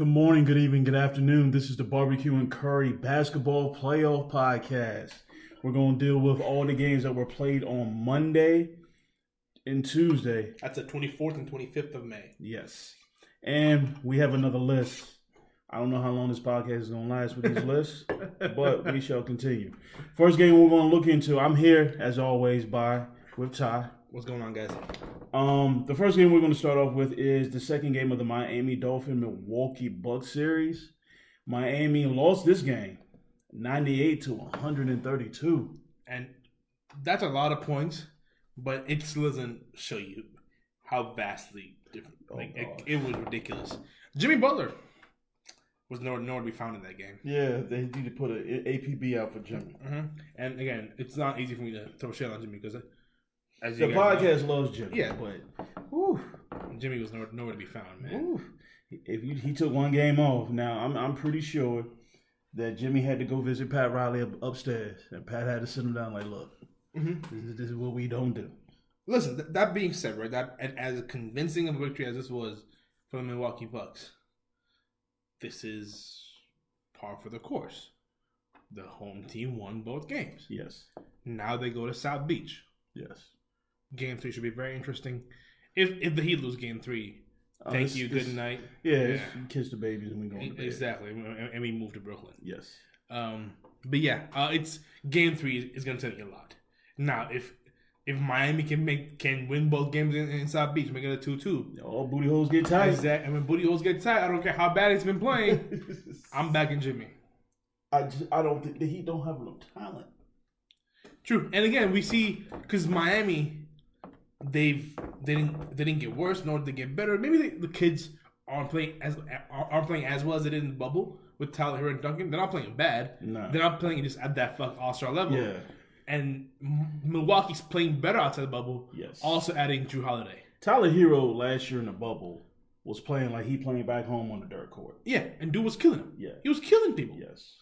morning, good evening, good afternoon. This is the Barbecue and Curry Basketball Playoff Podcast. We're going to deal with all the games that were played on Monday and Tuesday. That's the 24th and 25th of May. Yes. And we have another list. I don't know how long this podcast is going to last with these lists, but we shall continue. First game we're going to look into. I'm here, as always, by with Ty. What's going on, guys? Um, the first game we're going to start off with is the second game of the Miami Dolphin Milwaukee Bucks series. Miami lost this game, ninety-eight to one hundred and thirty-two. And that's a lot of points, but it still doesn't show you how vastly different. Oh, like gosh. it, it was ridiculous. Jimmy Butler was nowhere, nowhere to be found in that game. Yeah, they need to put an APB out for Jimmy. hmm And again, it's not easy for me to throw shit on Jimmy because, as The you guys know, podcast loves Jimmy. Yeah. but whew, Jimmy was nowhere, nowhere to be found, man. whew. if you, he took one game off, now I'm I'm pretty sure that Jimmy had to go visit Pat Riley up, upstairs, and Pat had to sit him down like, look, Mhm. this, is, this is what we don't do. Listen, th- that being said, right, that and as convincing of a victory as this was for the Milwaukee Bucks, this is par for the course. The home team won both games. Yes, Now they go to South Beach. yes. Game three should be very interesting. If if the Heat lose game three, Oh, thank this- you, this- good night. Yeah, it's- you kiss the babies and we go to bed. exactly, and, and we move to Brooklyn. Yes. Um, but yeah, uh, it's game three is, is going to tell you a lot. Now, if if Miami can make can win both games in, in South Beach, make it a two two. All booty holes get tight. Exactly. And when booty holes get tight, I don't care how bad he's been playing. I'm backing Jimmy. I just, I don't think he don't have no talent. True. And again, we see because Miami, they've they didn't they didn't get worse nor did they get better. Maybe they, the kids aren't playing as are- aren't playing as well as they did in the bubble with Tyler Hero and Duncan. They're not playing bad. No. They're not playing just at that fuck All Star level. Yeah. And M- Milwaukee's playing better outside the bubble. Yes. Also adding Drew Holiday. Tyler Hero last year in the bubble was playing like he playing back home on the dirt court. Yeah. And dude was killing him. Yeah. He was killing people. Yes.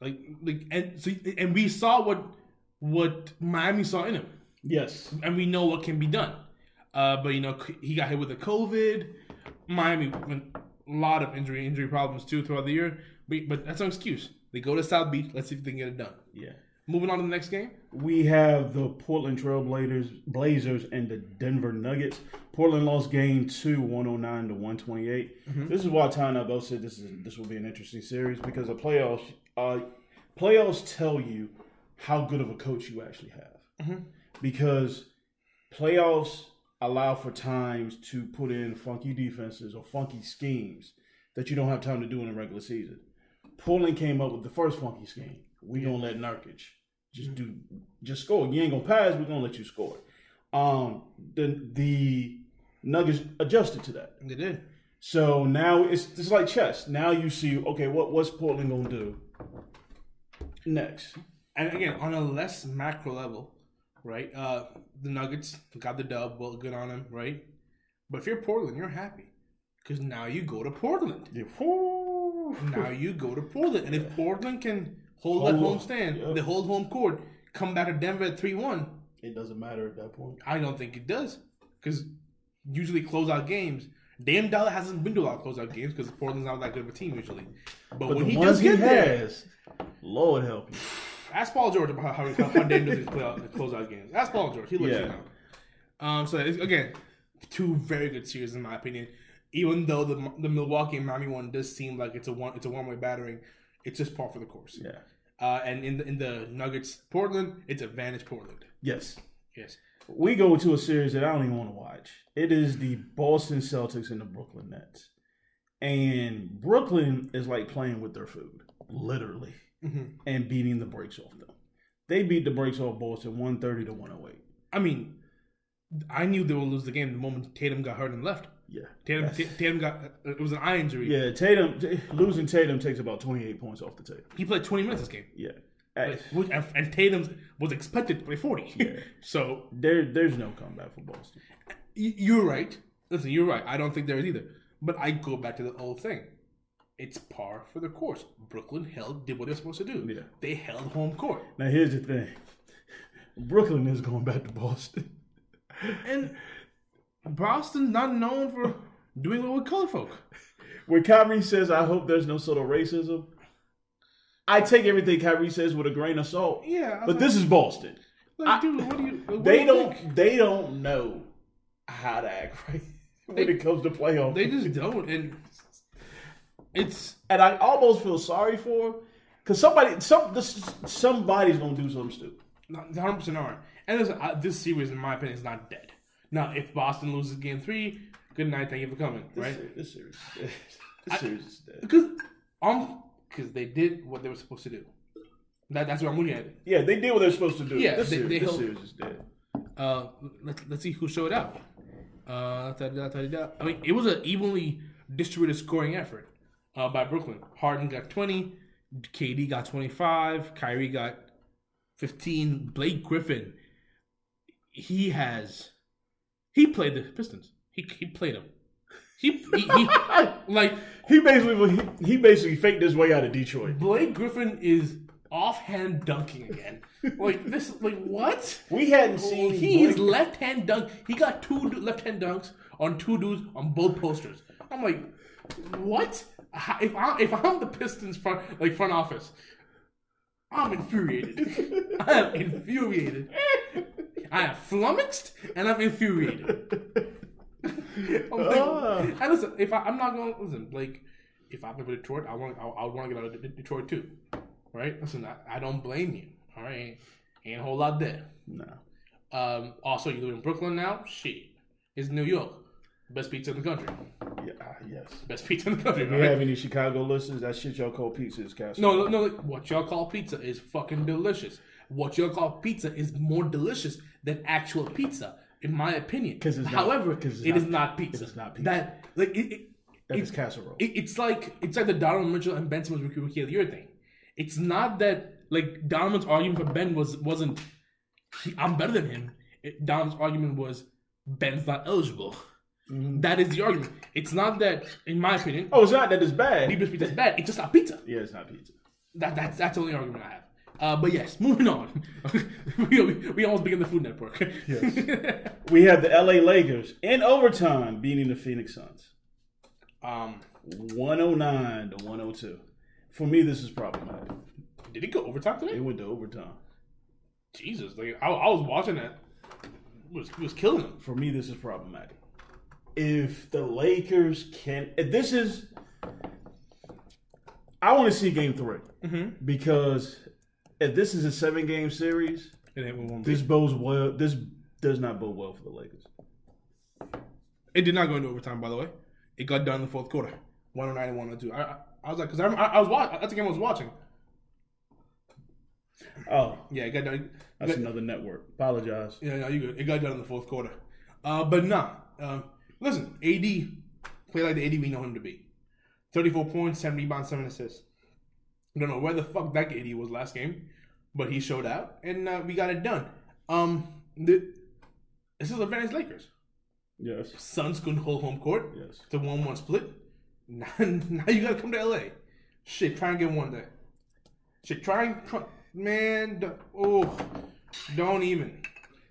Like like and so and we saw what what Miami saw in him. Yes. and we know what can be done. Uh, but you know, c- he got hit with the COVID. Miami went a lot of injury injury problems too throughout the year. But, but that's no excuse. They go to South Beach. Let's see if they can get it done. Yeah. Moving on to the next game. We have the Portland Trail Blazers, Blazers and the Denver Nuggets. Portland lost game two, 109 to 128. This is why Ty and I both said this is this will be an interesting series because the playoffs uh, playoffs tell you how good of a coach you actually have. Mhm. Because playoffs allow for times to put in funky defenses or funky schemes that you don't have time to do in the regular season. Portland came up with the first funky scheme. We gonna let Nurkic just do just score. You ain't gonna pass. We're gonna let you score. Um, the the Nuggets adjusted to that. They did. So now it's it's like chess. Now you see, okay, what what's Portland gonna do next? And again, on a less macro level, right? Uh, the Nuggets got the dub. Well, good on them, right? But if you're Portland, you're happy because now you go to Portland. Yeah, whoo. Now you go to Portland, and if Portland can hold, that Hold home on. stand, Yeah. they hold home court, come back to Denver at three one. It doesn't matter at that point. I don't think it does because usually closeout games. Dame Dollar hasn't been to a lot of closeout games because Portland's not that good of a team usually. But, But when the he ones does he get there, has, Lord help you. ask Paul George about how, how, how Dame does his playoff, closeout games. Ask Paul George; he lets Yeah. you know. Um, so it's, again, two very good series in my opinion. Even though the the Milwaukee and Miami one does seem like it's a one it's a one way battering, it's just par for the course. Yeah. Uh, and in the in the Nuggets Portland, it's advantage Portland. Yes. Yes. We go into a series that I don't even want to watch. It is the Boston Celtics and the Brooklyn Nets. And Brooklyn is like playing with their food, literally, hmm and beating the brakes off them. They beat the brakes off Boston 130 to 108. I mean, I knew they would lose the game the moment Tatum got hurt and left. Yeah. Tatum, That's- Ta- Tatum got uh, it was an eye injury. yeah, Tatum t- losing Tatum takes about 28 points off the table. He played 20 minutes this game, Yeah. Like, Hey, which- and, and Tatum was expected to play 40. Yeah. so there there's no comeback for Boston. y- you're right. Listen, you're right. I don't think there is either. But I go back to the old thing. It's par for the course. Brooklyn held did what they're supposed to do. Yeah. They held home court. Now here's the thing. Brooklyn is going back to Boston. And Boston's not known for doing well with color folk. when Kyrie says, "I hope there's no subtle racism," I take everything Kyrie says with a grain of salt. Yeah, But this is Boston. like, I- dude, what do you? what do They you don't. think? They don't know how to act right when They- it comes to playoff. They just don't, and it's and I almost feel sorry for him because somebody, some, this, somebody's gonna do something stupid. not 100 percent aren't. And listen, I, this series, in my opinion, is not dead. Now, if Boston loses Game Three, good night, thank you for coming. This, Right? se- this series, this series is dead. Because um, because they did what they were supposed to do. That, that's what I'm looking at. Yeah, they did what they're supposed to do. Yeah, this, they- series, they this held- series is dead. Uh, let's, let's see who showed up. Uh, da- da- da- da- I mean, it was an evenly distributed scoring effort uh, by Brooklyn. Harden got 20, KD got 25, Kyrie got 15. Blake Griffin, he has, he played the Pistons. He, he played them. He, he, he like He basically he, he basically faked his way out of Detroit. Blake Griffin is offhand dunking again. Like this, like what? We hadn't seen He is Blake- left hand dunk. He got two left hand dunks on two dudes on both posters. I'm like, what? How- If I if I'm the Pistons front like front office, I'm infuriated. I am infuriated. I am flummoxed and I'm infuriated. I'm like, Ah. and listen, if I, I'm not going to listen, like, if I'm going to Detroit, I want I, I want to get out of De- Detroit too, right? Listen, I, I don't blame you. All right, ain't a whole lot there. No. Um, also, you live in Brooklyn now. Shit, it's New York. Best pizza in the country. Yeah, ah, yes. Best pizza in the country. If you right? have any Chicago listeners, that shit y'all call pizza is castle. No, no, no. like, What y'all call pizza is fucking delicious. What y'all call pizza is more delicious than actual pizza, in my opinion. 'Cause it's not- however, 'cause it's it not- is not pizza. it's not pizza. That like it, it, that it- is casserole. it- it's like it's like the Donovan Mitchell and Ben Simmons rookie rookie of the year thing. It's not that like Donovan's argument for Ben was wasn't he, I'm better than him. It, Donovan's argument was Ben's not eligible. Mhm. That is the argument. It's not that, in my opinion, Oh, it's not that it's bad. Libra's pizza is bad. It's just not pizza. Yeah, it's not pizza. That, that's that's the only argument I have. Uh, but yes, moving on. we, we almost became the Food Network. Yes. We have the LA Lakers in overtime beating the Phoenix Suns. um, 109 to 102. For me, this is problematic. did it go overtime today? It went to overtime. Jesus, like I, I was watching that. It was it was killing him. For me, this is problematic. If the Lakers can, if this is, I want to see Game 3 Mm-hmm. because if this is a seven-game series, It ain't one. this bodes well. This does not bode well for the Lakers. It did not go into overtime, by the way. It got done in the fourth quarter, 109 and 102. I, I, I was like, because I, I, I was watching. That's the game I was watching. Oh, Yeah, it got done. that's another network. Apologize. Yeah, no, you good. It got done in the fourth quarter. Uh, but nah. Um, listen, AD played like the AD we know him to be. 34 points, 7 rebounds, 7 assists. I don't know where the fuck that AD was last game, but he showed out and uh, we got it done. Um, the, this is the Venice Lakers. Yes. Suns couldn't hold home court. Yes. It's a 1 1 split. Now, now you gotta come to LA. Shit, try and get one there. Shit, try and. Try, man, don't- oh, don't even.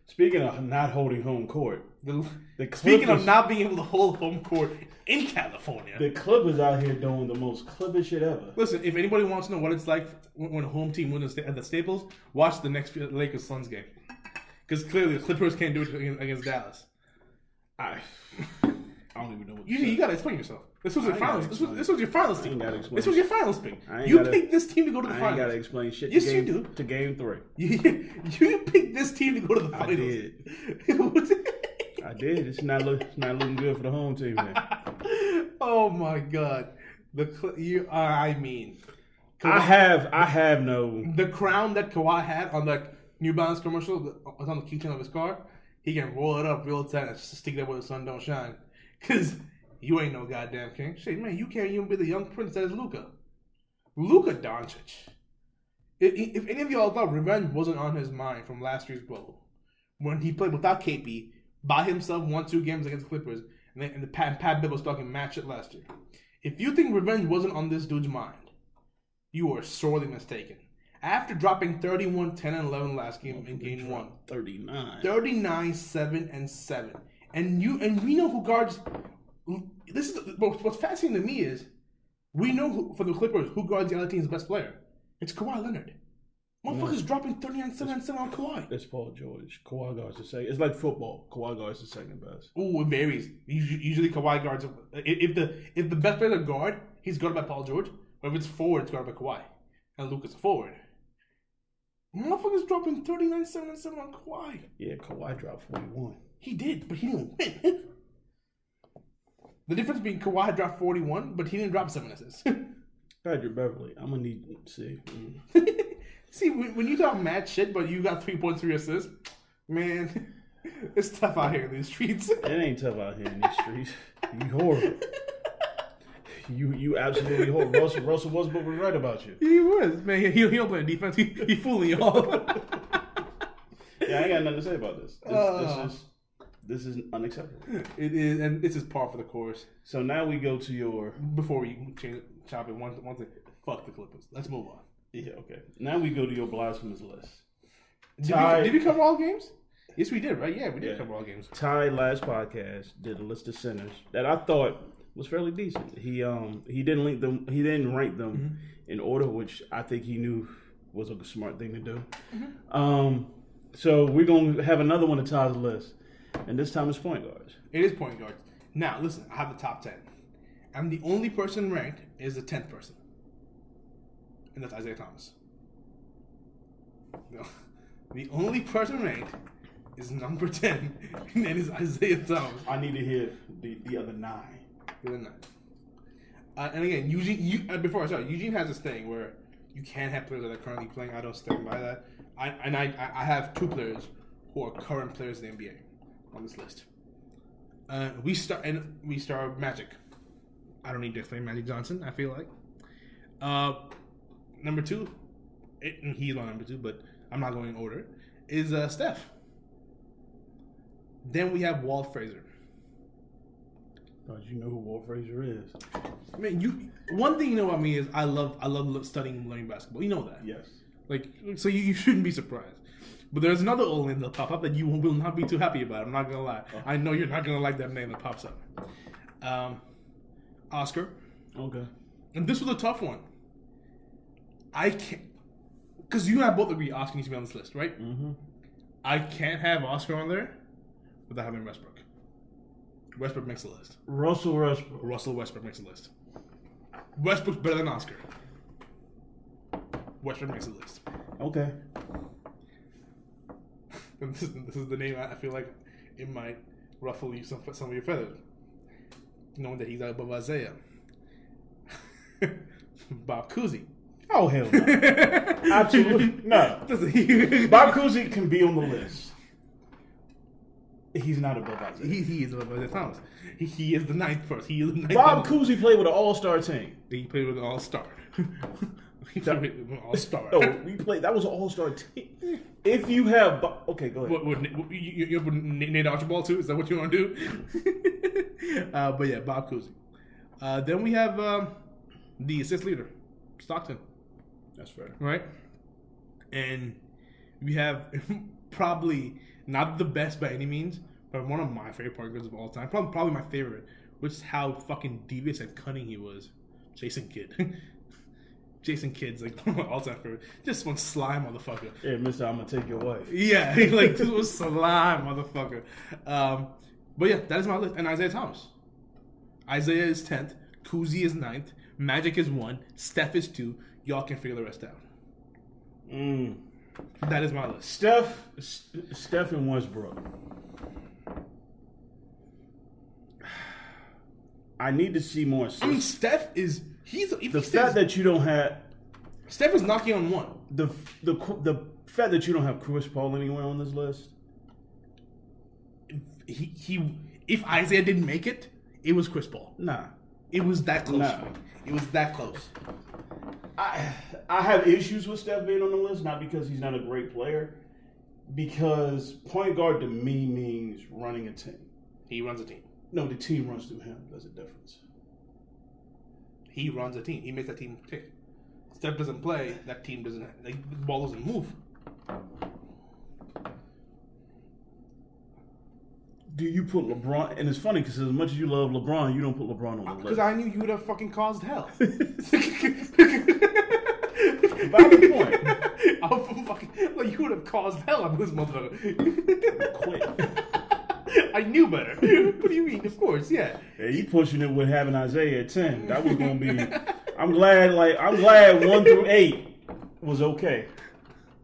Speaking of not holding home court, The, The speaking of Clippers- not being able to hold home court in California, the Clippers out here doing the most Clipper shit ever. listen. If anybody wants to know what it's like when when a home team wins at sta- at the Staples, watch the next Lakers Suns game, because clearly the Clippers can't do it against, against Dallas. I, I don't even know what You, you gotta explain yourself. This was your I ain't gotta finals. This was, explain. this was your finals team. gotta explain. This was your finals team. I ain't You gotta- picked this team to go to the I ain't gotta finals. explain shit. Yes, to you game, do. To game three, You, you picked this team to go to the finals. I did. It's not look. It's not looking good for the home team. Man. oh my god, the Cl- you. I mean, I have. I have no. the crown that Kawhi had on that New Balance commercial that was on the keychain of his car, he can roll it up real tight and stick that where the sun don't shine. Cause you ain't no goddamn king. Shit, man, you can't even be the young prince that is Luca. Luca Doncic. If, if any of y'all thought revenge wasn't on his mind from last year's bubble, when he played without KP by himself, won two games against the Clippers, and, then, and the Pat, Pat Bibb was talking match it last year. If you think revenge wasn't on this dude's mind, you are sorely mistaken. After dropping 31, 10, and 11 last game in game one, Thirty nine. 39, 7, and 7. And you and we know who guards this is but what's fascinating to me is we know who, for the Clippers who guards the other team's best player. It's Kawhi Leonard. Motherfuckker's dropping 39 7 and 7 on Kawhi. That's Paul George. Kawhi guards the second. It's like football. Kawhi guards the second best. Ooh, it varies. Usually, usually Kawhi guards. If if the if the best player is a guard, he's guarded by Paul George. But if it's forward, it's guarded by Kawhi. And Luke is a forward. Motherfucker's dropping 39 7 and 7 on Kawhi. Yeah, Kawhi dropped forty one. He did, but he didn't win. the difference being Kawhi dropped 41, but he didn't drop 7 assists. Patrick Beverly. I'm gonna need see. Mm. See, when, when you talk mad shit, but you got 3.3 assists, man, it's tough out here in these streets. It ain't tough out here in these streets. You horrible. You you absolutely horrible. Russell Russell Westbrook was right about you. He was, man. He, he don't play defense. He, he fooling y'all. Yeah, I ain't got nothing to say about this. This, Uh. this is this is unacceptable. it is, and this is par for the course. So now we go to your Before we change, chop it, one, one thing. Fuck the Clippers. Let's move on. yeah okay. Now we go to your blasphemous list. Did, Ty- we, did we cover all games? Yes, we did, right? Yeah, we did cover all games. Ty last podcast did a list of centers that I thought was fairly decent. He um he didn't link them he didn't rank them in order, which I think he knew was a smart thing to do. Um so we're gonna have another one of Ty's list. And this time it's point guards. It is point guards. Now, listen, I have the top 10. I'm the only person ranked is the 10th person. And that's Isaiah Thomas. No. The only person ranked is number 10, and that is Isaiah Thomas. I need to hear the, the other nine. You're the ninth. Uh, and again, Eugene, you, uh, before I start, Eugene has this thing where you can't have players that are currently playing. I don't stand by that. I, and I, I- I have two players who are current players in the NBA on this list. Uh, we start and we start with Magic. I don't need to explain Magic Johnson. I feel like uh, number two, it, and he's on number two, but I'm not going in order. Is uh, Steph. Then we have Walt Fraser. Cause you know who Walt Frazier is. Man, you one thing you know about me is I love I love lo- studying and learning basketball. You know that. Yes. Like so you, you shouldn't be surprised. But there's another old name that'll pop up that you will not be too happy about. I'm not gonna lie. I know you're not gonna like that name that pops up. Um, Oscar, Okay. and this was a tough one. I can't, because you and I both agree Oscar needs to be on this list, right? Mm-hmm. I can't have Oscar on there without having Westbrook. Westbrook makes the list. Russell Westbrook. Russell Westbrook makes the list. Westbrook's better than Oscar. Westbrook makes the list. Okay. And this, is, this is the name I I feel like it might ruffle you some some of your feathers, knowing that he's above Isaiah. Bob Cousy. Oh hell no. Absolutely. No. Doesn't he? Bob Cousy can be on the list. He's not above Isaiah. he, he is above Isaiah Thomas. He, he is the ninth person. He is the ninth. Bob person. Cousy played with an all-star team. He played with an all star. he played with an all star. No, we played. That was an all-star team. If you have, Bo- okay, go ahead. What, what, what, you, you- you, what, Nate Archibald too? Is that what you want to do? uh, but yeah, Bob Cousy. Uh, then we have um, the assist leader, Stockton, That's fair. right? And we have probably not the best by any means, but one of my favorite point guards of all time. Probably, probably my favorite, which is how fucking devious and cunning he was, Jason Kidd. Jason Kidd's like one of my all-time favorite. Just one sly motherfucker. Yeah, Mister, I'm gonna take your wife. Yeah, he, like this was slime, motherfucker. Um, but yeah, that is my list. And Isaiah Thomas. Isaiah is tenth. Kuzi is 9th. Magic is one. Steph is two. Y'all can figure the rest out. Mm. That is my list. Steph, S- Steph and Westbrook. I need to see more. I mean, assists. Steph is he's if The he stays, fact that you don't have Steph is knocking on one. the the the fact that you don't have Chris Paul anywhere on this list. He he if Isaiah didn't make it, it was Chris Paul. Nah, It was that close. No. It was that close. I I have issues with Steph being on the list, not because he's not a great player, because point guard to me means running a team. He runs a team. No, the team runs through him. There's a difference. He runs a team. He makes that team tick. Steph doesn't play. That team doesn't like the ball doesn't move. do you put LeBron? And it's funny because as much as you love LeBron, you don't put LeBron on the Because list. Uh, I knew you would have fucking caused hell. Valid point. I'll fucking like you would have caused hell on this motherfucker. Quit. I knew better. What do you mean? Of course, yeah. Yeah, he pushing it with having Isaiah at ten. That was gonna be. I'm glad. Like I'm glad one through eight was okay,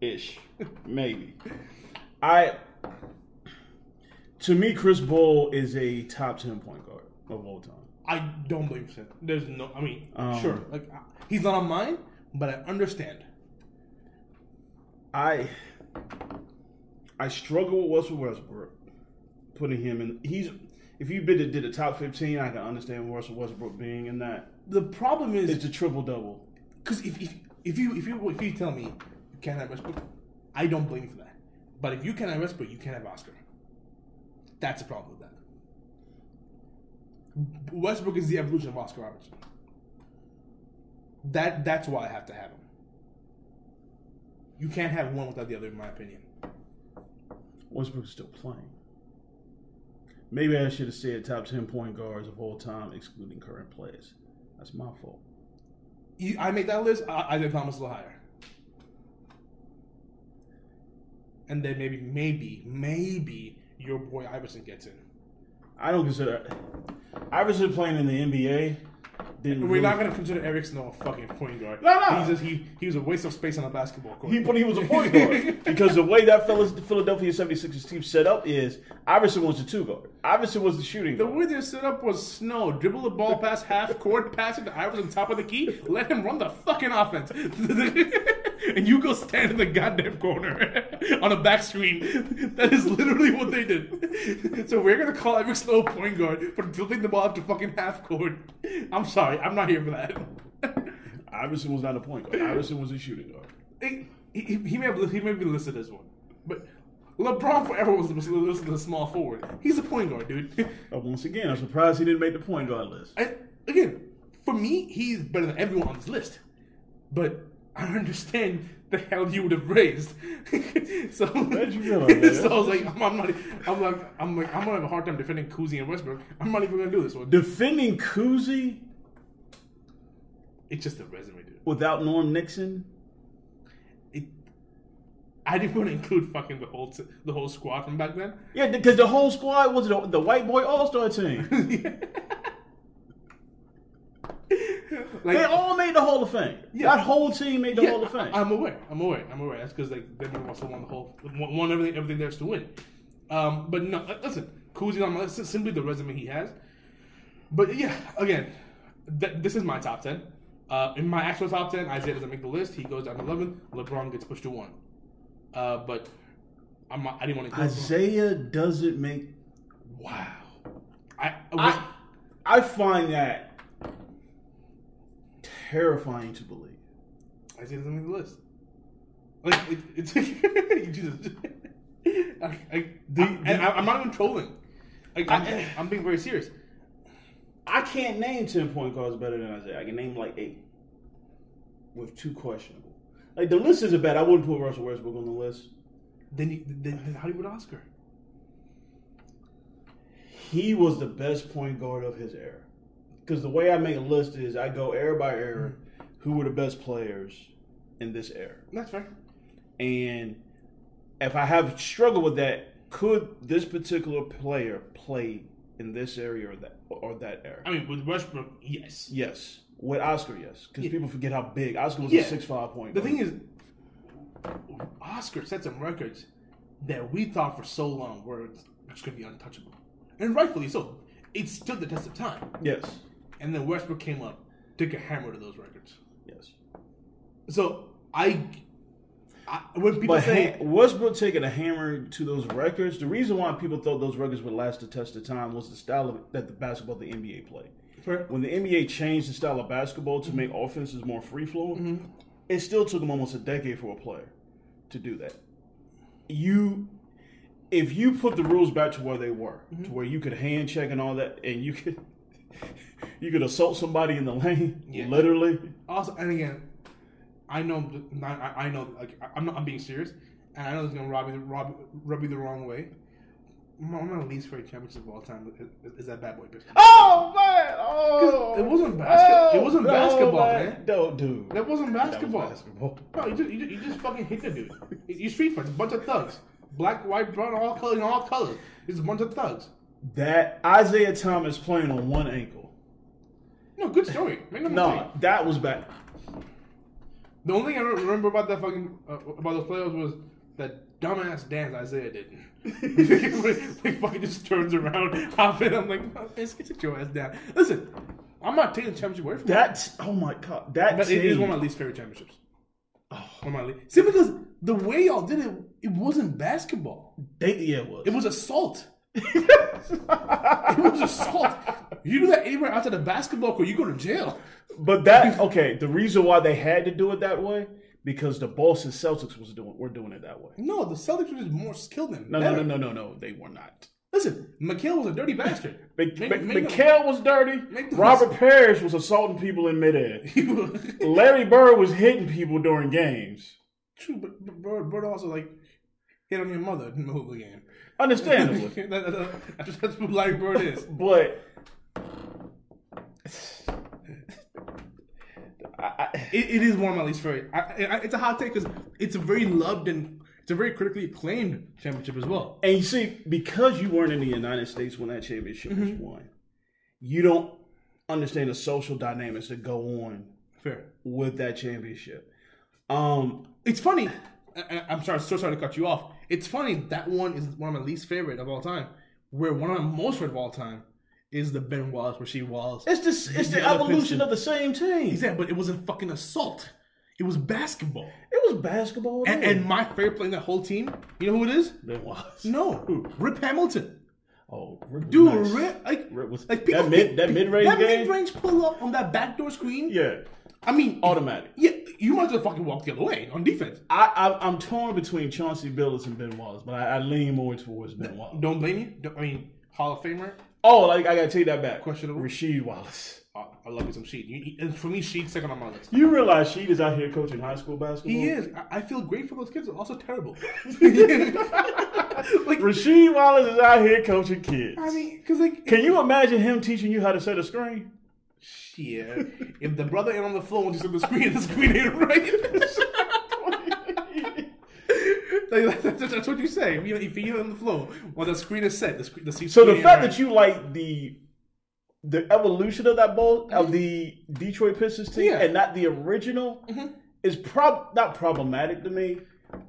ish, maybe. I. To me, Chris Bowl is a top ten point guard of all time. I don't believe so. There's no. I mean, Um, sure. Like I- he's not on mine, but I understand. I. I struggle with Russell Westbrook, putting him in. He's if you did did a top fifteen, I can understand Russell Westbrook being in that. The problem It's is a triple double. because if, if if you if you if you tell me you can't have Westbrook, I don't blame you for that. But if you can't have Westbrook, you can't have Oscar. That's a problem with that. Westbrook is the evolution of Oscar Robertson. That that's why I have to have him. You can't have one without the other, in my opinion. Westbrook's still playing. Maybe I should have said top 10 point guards of all time, excluding current players. That's my fault. You, I make that list. I, I think Thomas a little higher. And then maybe, maybe, maybe your boy Iverson gets in. I don't consider. Iverson playing in the NBA didn't. We're not really- gonna consider Erickson a fucking point guard. No, no. He's just, he he was a waste of space on a basketball court. He, but he was a point guard because the way that Phil- Philadelphia 76ers team set up is Iverson was the two guard. Iverson was the shooting the guard. way they set up was snow. Dribble the ball past half court, pass it to Iverson top of the key, let him run the fucking offense. and you go stand in the goddamn corner on a back screen. That is literally what they did. so we're gonna call Iverson a point guard for dribbling the ball up to fucking half court. I'm sorry, I'm not here for that. Iverson was not a point guard. Iverson was a shooting guard. he, he, he may have, he may be listed as one, but LeBron forever was listed as a small forward. He's a point guard, dude. Uh, once again, I'm surprised he didn't make the point guard list. And again, for me, he's better than everyone on this list. But I understand the hell you would have raised. so, Glad you realized that. so I was like, I'm, I'm not, I'm like, I'm like, I'm gonna have a hard time defending Kuzi and Westbrook. I'm not even gonna do this one. Defending Kuzi It's just a resume, dude. without Norm Nixon. It, I didn't want to include fucking the whole t- the whole squad from back then. Yeah, because the whole squad was the, the white boy all star team. like, They all made the Hall of Fame. Yeah. That whole team made the oh, Hall of Fame. I, am aware. I'm aware. I'm aware. That's because like they also won the whole won, won everything everything there's to win. Um, but no, uh, listen, Kuzi's on my list. Simply the resume he has. But yeah, again, th- this is my top ten. Uh, in my actual top ten, Isaiah doesn't make the list. He goes down to eleven. LeBron gets pushed to one. Uh, but I'm not, I didn't want to. Isaiah doesn't make. Wow. I, I, I find that terrifying to believe. I see doesn't make the list. Like, like it's like, Jesus. I, I, Do- I- and I, I'm not even trolling. Like, I'm, I- I'm being very serious. I can't name 10 point guards better than Isaiah. I can name like eight with two questionable. Like, the list isn't bad. I wouldn't put Russell Westbrook on the list. Then, you, then, then how do you put Oscar? He was the best point guard of his era. Because the way I make a list is I go era by era Mm. who were the best players in this era. That's fair. And if I have struggled with that, could this particular player play in this area or that or that era? I mean, with Westbrook, yes. yes. With Oscar, yes, because Yeah. people forget how big Oscar was Yeah. a six five point. The thing is, Oscar set some records that we thought for so long were just going to be untouchable. And rightfully so. It stood the test of time. yes, And then Westbrook came up, took a hammer to those records. yes. So, I. I when people But say. ha- Westbrook taking a hammer to those records. The reason why people thought those records would last the test of time was the style of, that the basketball the NBA played. Fair. When the NBA changed the style of basketball Mm-hmm. to make offenses more free flowing, it still took them almost a decade for a player to do that. You, if you put the rules back to where they were, to Mm-hmm. where you could hand check and all that, and you could you could assault somebody in the lane, Yeah. literally. Also, and again, I know, I, I- I know, like I- I'm not, I'm being serious, and I know it's gonna rob you, rob, rub you the wrong way, my, my least favorite championship of all time is, is that bad boy picture. Oh man! Oh, It wasn't basket- it wasn't basketball, man. No, dude. That wasn't basketball. That was basketball. No, you just, you just, you just fucking hit the dude. You street fights, a bunch of thugs. Black, white, brown, all colors, in all colors. It's a bunch of thugs. That Isaiah Thomas playing on one ankle. No, good story. Make no mistake. No, that was bad. The only thing I re- remember about that fucking uh, about those playoffs was that dumbass dance Isaiah did. like fucking just turns around, hop in. I'm like, "No, man, just get your ass down. Listen, I'm not taking the championship away from you, That's oh my god. That but team, Oh. it is one of my least favorite championships. One of my least. See, because the way y'all did it, it wasn't basketball. they, yeah, it was. It was assault. it was assault. You do that anywhere outside of basketball court, you go to jail. But that okay. The reason why they had to do it that way because the Boston Celtics was doing were doing it that way. No, the Celtics were just more skilled than No, better. no, no, no, no, no. They were not. Listen, McHale was a dirty bastard. Mc- Make- Mc- make no- McHale was dirty. Make the- Robert Parrish was assaulting people in midair. He was- Larry Bird was hitting people during games. True, but, but Bird, Bird also like hit on your mother in the middle of the game. Understandably. that, that, that, that's that's what like Bird is. but I, I, It, it is one of my least favorite. I, I, it's a hot take because it's a very loved and it's a very critically acclaimed championship as well. and you see, because you weren't in the United States when that championship was Mm-hmm. won, you don't understand the social dynamics that go on Fair. with that championship. Um, It's funny. I, I- I'm sorry, so sorry to cut you off. It's funny that one is one of my least favorite of all time. Where one of my most favorite of all time is the Ben Wallace, Rasheed Wallace. it's this, it's the The other evolution Pistons. of the same team. Yeah, but it wasn't fucking assault. It was basketball. It was basketball, And, and my favorite player in that whole team, you know who it is? it was. No, Rip Hamilton. Oh, Rip was Dude, nice. Rip, like, Rip was- like that mid- that mid-range that game? mid-range pull up on that backdoor screen. Yeah, I mean, automatic. yeah, you might as well fucking walk the other way on defense. I, I I'm torn between Chauncey Billups and Ben Wallace, but I, I lean more towards Ben Wallace. Don't blame you. Don't- I mean, Hall of Famer. Oh, like I gotta take that back. Questionable. Rasheed Wallace. I, I love you some Sheed. You- you- and for me, Sheed's second on my list. You realize Sheed is out here coaching high school basketball. He is. I, I feel great for those kids. but Also terrible. like Rasheed Wallace is out here coaching kids. I mean, because like Can you imagine him teaching you how to set a screen? Yeah. If the brother ain't on the floor when she's on the screen, the screen ain't right. like, that's, that's what you say. If you- If you're on the floor while the screen is set, the screen, the screen So the fact that you like the the evolution of that ball of the Detroit Pistons team Yeah. and not the original is prob not problematic to me,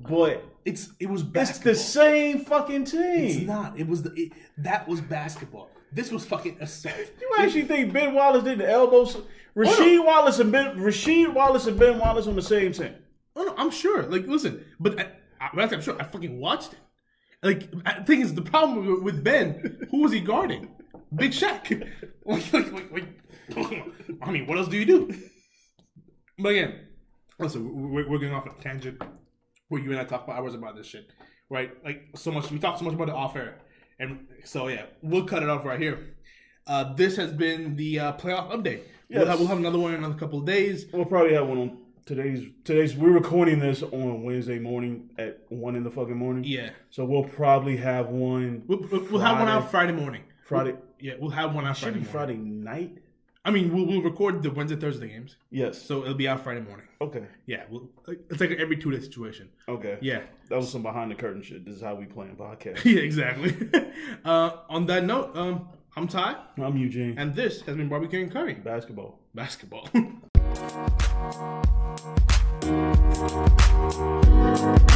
but it's it was it's the basketball. same fucking team. It's not. It was the it, that was basketball. This was fucking assault. You actually think Ben Wallace did the elbows? Rasheed Wallace and Ben Rasheed Wallace and Ben Wallace on the same team. Oh no, I'm sure. Like, listen, but I, I, when I say I'm sure. I fucking watched it. Like, I- the thing is, the problem with- with Ben, who was he guarding? Big Shaq. like, like, like, like, I mean, what else do you do? But again, listen, we're, we're getting off on a tangent where you and I talk for hours about this shit, right? Like, so much we talk so much about it off air, and so yeah, we'll cut it off right here. Uh, this has been the uh, playoff update. We'll, Yes. have, we'll have another one in another couple of days. We'll probably have one on today's today's we're recording this on Wednesday morning at one in the fucking morning. Yeah. So we'll probably have one We'll, we'll we'll have one out Friday morning. Friday Yeah, we'll have one out Friday should be morning. Friday night. I mean, we'll, we'll record the Wednesday Thursday games, Yes. so it'll be out Friday morning. Okay. Yeah, we'll, it's like an every two day situation. Okay. Yeah, That was some behind the curtain shit. This is how we playing podcast. yeah, exactly. uh, on that note, um, I'm Ty, I'm Eugene. and this has been barbecue and curry Basketball. basketball.